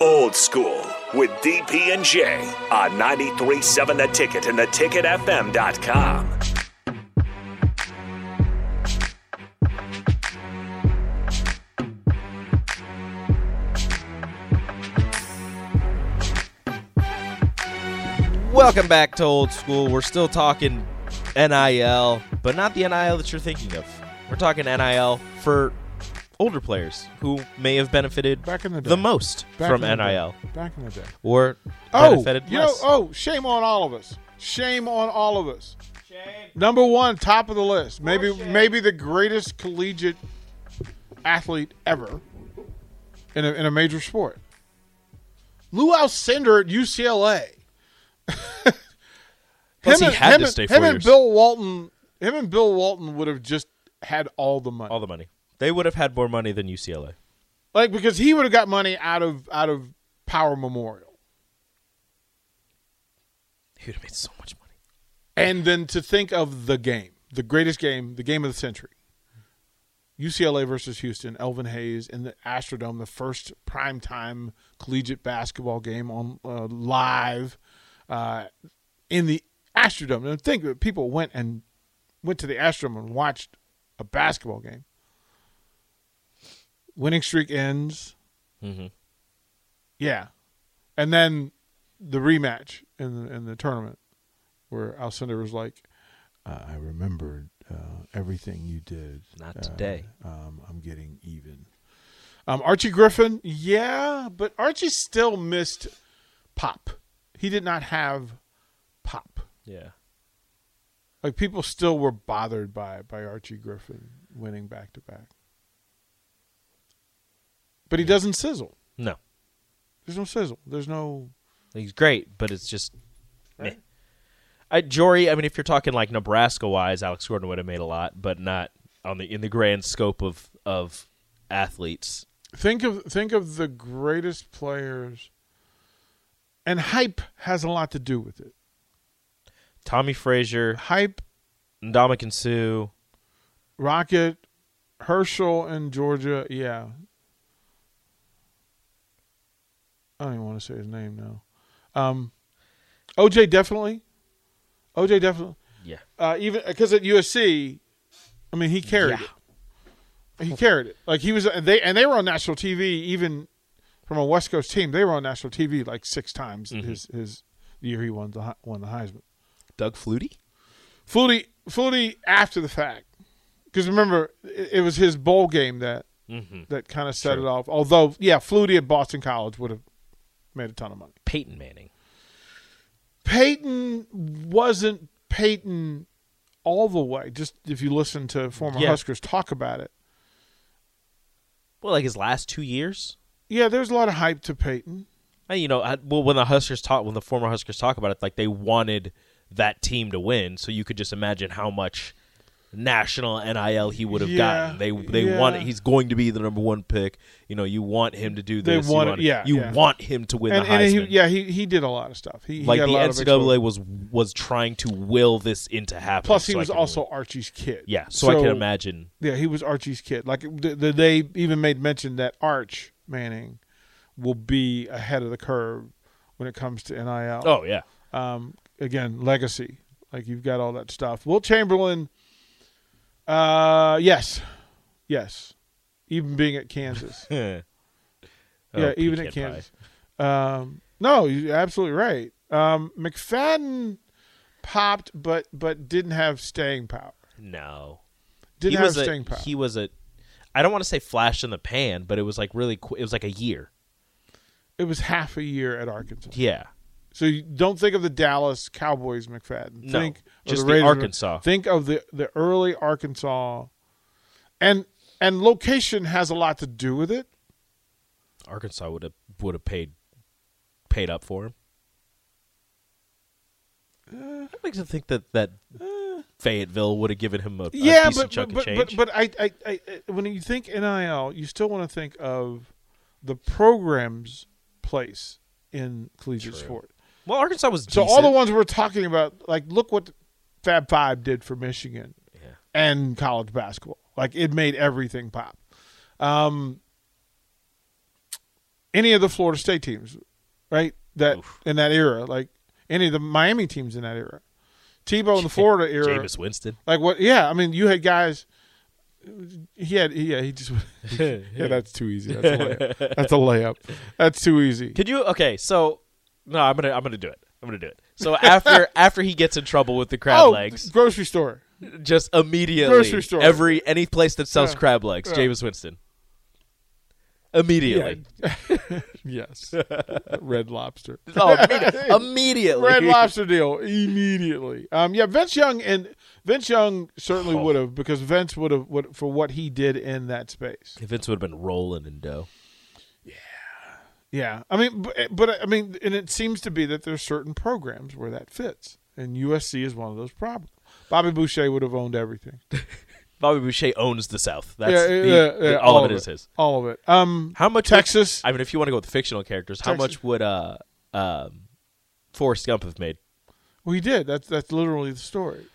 Old School with DP and J on 937 The Ticket and theticketfm.com. Welcome back to Old School. We're still talking NIL, but not the NIL that you're thinking of. We're talking NIL for older players who may have benefited Back in the day. most Back from in the day. NIL Back in the day. or Oh, benefited you know, less. oh, shame on all of us. Shame on all of us. Number one, top of the list. Maybe maybe the greatest collegiate athlete ever in a, in a major sport. Lou Alcindor at UCLA. Plus, he and- had to and- stay him four and years. Bill Walton. Him and Bill Walton would have just had all the money. All the money. They would have had more money than UCLA. Like because he would have got money out of out of Power Memorial. He would have made so much money. And then to think of the game, the greatest game, the game of the century. UCLA versus Houston, Elvin Hayes in the Astrodome, the first primetime collegiate basketball game on uh, live uh, in the Astrodome. And think of it, people went and went to the Astrodome and watched a basketball game. Winning streak ends. Mhm. Yeah, and then the rematch in the, in the tournament where Alcindor was like, uh, "I remembered uh, everything you did. Not Uh, today. um, I'm getting even." Um, Archie Griffin, yeah, but Archie still missed pop. He did not have pop. Yeah. Like people still were bothered by by Archie Griffin winning back to back. But he doesn't sizzle. No. There's no sizzle. There's no He's great, but it's just meh. I, Jory, I mean, if you're talking like Nebraska wise, Alex Gordon would have made a lot, but not on the in the grand scope of of athletes. Think of think of the greatest players, and hype has a lot to do with it. Tommy Frazier, Hype, Ndamukong Sue, Rocket, Herschel, and Georgia. Yeah, I don't even want to say his name now. Um, OJ definitely. OJ definitely. yeah, Uh, even because at USC, I mean, he carried Yeah. it. He carried it. Like he was, and they and they were on national TV. Even from a West Coast team, they were on national TV like six times. Mm-hmm. His his the year he won the Hei- won the Heisman. Doug Flutie. Flutie Flutie after the fact, because remember it, it was his bowl game that Mm-hmm. that kind of set Sure. it off. Although yeah, Flutie at Boston College would have made a ton of money. Peyton Manning. Peyton wasn't Peyton all the way. Just if you listen to former Yeah. Huskers talk about it, Well, like his last two years. yeah, there's a lot of hype to Peyton. I, you know, I, well, when the Huskers talk, when the former Huskers talk about it, like they wanted that team to win, so you could just imagine how much national NIL he would have Yeah, gotten. They they yeah. want he's going to be the number one pick. You know, you want him to do They this. want you it- yeah, you yeah. want him to win And, the Heisman. and he, yeah, he he did a lot of stuff. He, he like the got a lot of NCAA exposure. was was trying to will this into happening. Plus, he so I was can- also Archie's kid. yeah. So, I can imagine. Yeah, he was Archie's kid. Like th- th- they even made mention that Arch Manning will be ahead of the curve when it comes to NIL. Oh yeah, um, again, legacy. Like you've got all that stuff. Will Chamberlain, uh, yes, yes, even being at Kansas, yeah, Oh, even pecan at Kansas. Um, no, you're absolutely right. Um, McFadden popped, but but didn't have staying power. pie. No, Didn't he have was a, staying power. He was a. I don't want to say flash in the pan, but it was like really. Qu- it was like a year. it was half a year at Arkansas. Yeah, So you don't think of the Dallas Cowboys McFadden. No, think of just the Raiders. Arkansas. Think of the the early Arkansas, and and location has a lot to do with it. Arkansas would have would have paid paid up for him. I'd like to think that that uh. Fayetteville would have given him a, a yeah, decent but chunk but, of E. but, change. but I, I I I- when you think NIL, you still want to think of the program's place in collegiate sport. well, Arkansas was So decent. all the ones we're talking about, like look what Fab Five did for Michigan Yeah. and college basketball. Like it made everything pop. Um, any of the Florida State teams, right? That in that era, like any of the Miami teams in that era, Tebow in the Florida era, Jameis Winston. like what? Yeah, I mean, you had guys. He had, yeah, he just, yeah, that's too easy. That's a layup. That's a layup. That's too easy. Could you? Okay, so no, I'm gonna I'm gonna do it. I'm gonna do it. So after after he gets in trouble with the crab oh, legs, grocery store. just immediately grocery store. every any place that sells Yeah. crab legs, Yeah. Jameis Winston. Immediately, Yes, Red Lobster. oh, immedi- immediately, Red Lobster deal immediately. Um, yeah, Vince Young and Vince Young certainly Oh. would have because Vince would have would, for what he did in that space. Vince would have been rolling in dough. Yeah, I mean, but, but I mean, and it seems to be that there's certain programs where that fits, and USC is one of those problems. Bobby Boucher would have owned everything. Bobby Boucher owns the South. That's yeah, the- yeah, yeah, the- all, of it is his. All of it. Um, How much would- Texas? I mean, if you want to go with fictional characters, how Texas. much would uh, um, Forrest Gump have made? we did. That's that's literally the story.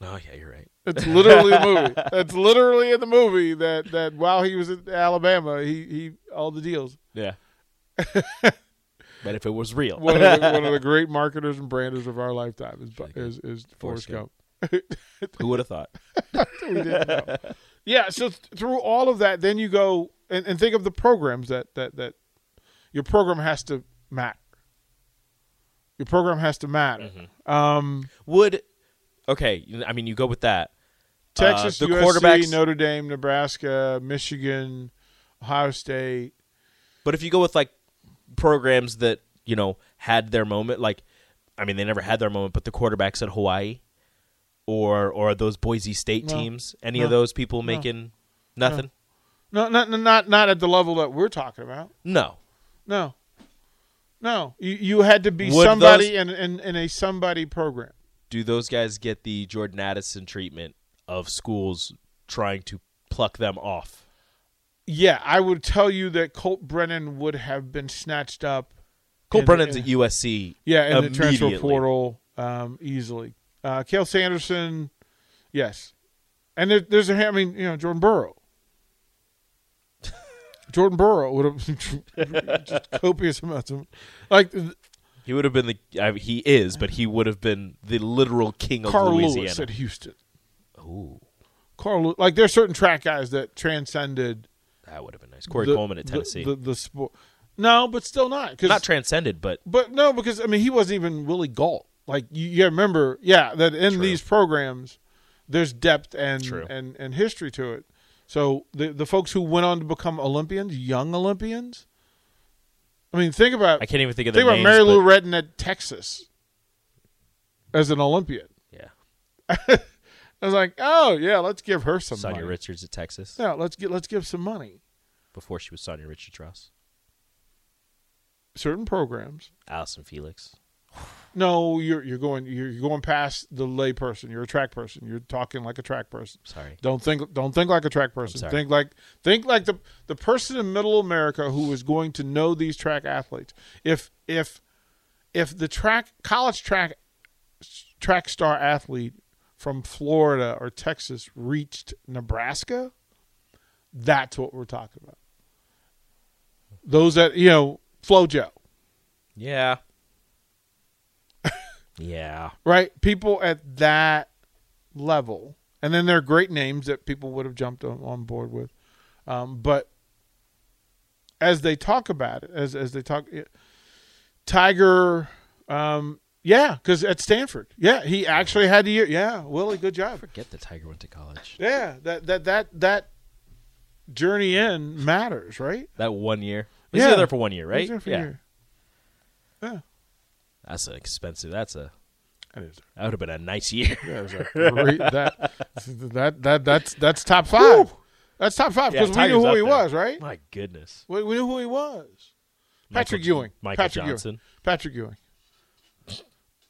Oh yeah, you're right. That's literally the movie. That's literally in the movie that, that while he was at Alabama, he, he all the deals. Yeah. but if it was real, One of, the, one of the great marketers and branders of our lifetime is is, is Forrest Forrest Gump. Gump. who would have thought? We didn't know. yeah, so th- through all of that, then you go and, and think of the programs that, that that your program has to matter. Your program has to matter. Mm-hmm. Um, Would okay? I mean, you go with that. Uh, Texas, the USC, quarterbacks- Notre Dame, Nebraska, Michigan, Ohio State. But if you go with like programs that you know had their moment, like I mean, they never had their moment, but the quarterbacks at Hawaii, or or those Boise State No. teams, any No. of those people making nothing? No, not not not at the level that we're talking about. No. No, no. You you had to be Would somebody those- in, in in a somebody program. Do those guys get the Jordan Addison treatment of schools trying to pluck them off? Yeah, I would tell you that Colt Brennan would have been snatched up. Cole in the- Brennan's in- at USC. yeah in the transfer immediately. portal um, easily. Uh, Kale Sanderson, yes, and there, there's a I mean you know Jordan Burrow. Jordan Burrow would have just copious amounts of like He would have been the. I mean, he is, but he would have been the literal king of Carl Louisiana. Lewis at Houston. Ooh, Carl, like there's certain track guys that transcended that would have been nice. Corey the- Coleman at the- Tennessee. The, the, sport, no, but still not. Cause, Not transcended, but but no, because I mean he wasn't even Willie Galt. Like you, you remember, yeah, that in True. these programs, there's depth and True. and and history to it. So the the folks who went on to become Olympians, young Olympians. I mean, think about I can't even think of the think about names. Mary Lou but- Retton at Texas as an Olympian. yeah, I was like, oh yeah, let's give her some Sonia money. Richards at Texas Yeah, let's get let's give some money. before she was Sonia Richards Ross. Certain programs Allison Felix. No, you're you're going you're, you're going past the lay person. You're a track person. You're talking like a track person. Sorry, Don't think don't think like a track person. sorry. Think like think like the the person in middle America who is going to know these track athletes. If if if the track college track track star athlete from Florida or Texas reached Nebraska, that's what we're talking about. Those that you know, FloJo. Yeah. yeah. right? People at that level, and then there are great names that people would have jumped on, on board with. Um, but as they talk about it, as as they talk, it- Tiger, um, yeah, because at Stanford, yeah, he actually had a year. Yeah, Willie, good job. Forget the Tiger went to college. Yeah, that that that that journey in matters, right? That one year. He's Yeah. yeah. there for one year, right? He's there for a yeah. year. Yeah, That's an expensive. That's a. that is. That would have been a nice year. That was a great- that, that that that's that's top five. That's top five Yeah, because we Tiger's knew who up he there. was, right? My goodness. We, we knew who he was. Patrick Michael- Ewing. Michael Patrick Johnson. Ewing. Patrick Ewing.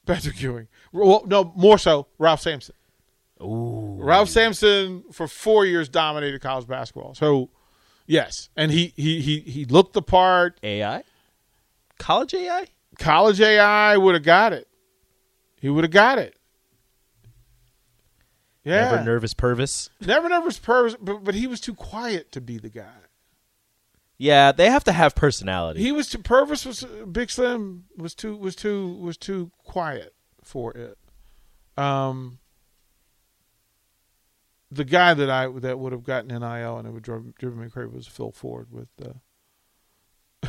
Patrick Ewing. Well, no, more so Ralph Sampson. Ooh. Ralph Sampson for four years dominated college basketball. So, yes, and he he he he looked the part. AI. College AI. College AI would have got it. He would have got it. Yeah. Never nervous Purvis. Never Never's purpose, but, but he was too quiet to be the guy. Yeah, they have to have personality. He was too Purvis was Big Slim was too was too was too quiet for it. Um, the guy that I that would have gotten NIL and it would drive, driven me crazy was Phil Ford with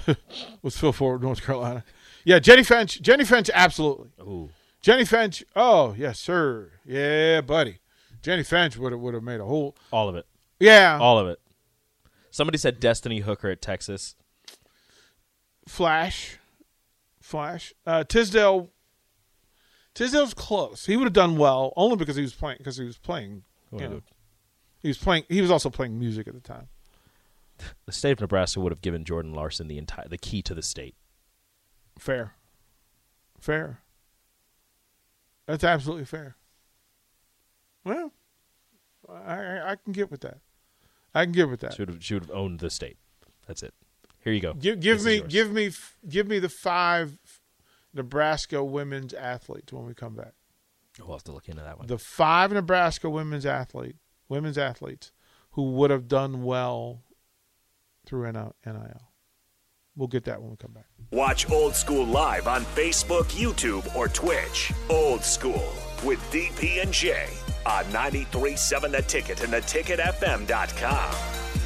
uh, was Phil Ford North Carolina. Yeah, Jenny Finch. Jenny Finch, absolutely. Ooh. Jenny Finch. Oh yes, sir. Yeah, buddy. Jenny Finch would have would have made a whole. All of it. Yeah, All of it. Somebody said Destiny Hooker at Texas. Flash, Flash. Uh, Tisdale. Tisdale's close. He would have done well only because he was playing because he was playing. you Well, know, he was playing. He was also playing music at the time. The state of Nebraska would have given Jordan Larson the entire the key to the state. Fair. Fair. That's absolutely fair. Well, I- I I can get with that. I can get with that. She would have, she would have owned the state. That's it. Here you go. Give give This is me yours. give me f- give me the five Nebraska women's athletes when we come back. We'll have to look into that one. The five Nebraska women's athlete women's athletes who would have done well through NIL. We'll get that when we come back. Watch Old School live on Facebook, YouTube, or Twitch. Old School with DP and J on 937 The Ticket and theticketfm.com.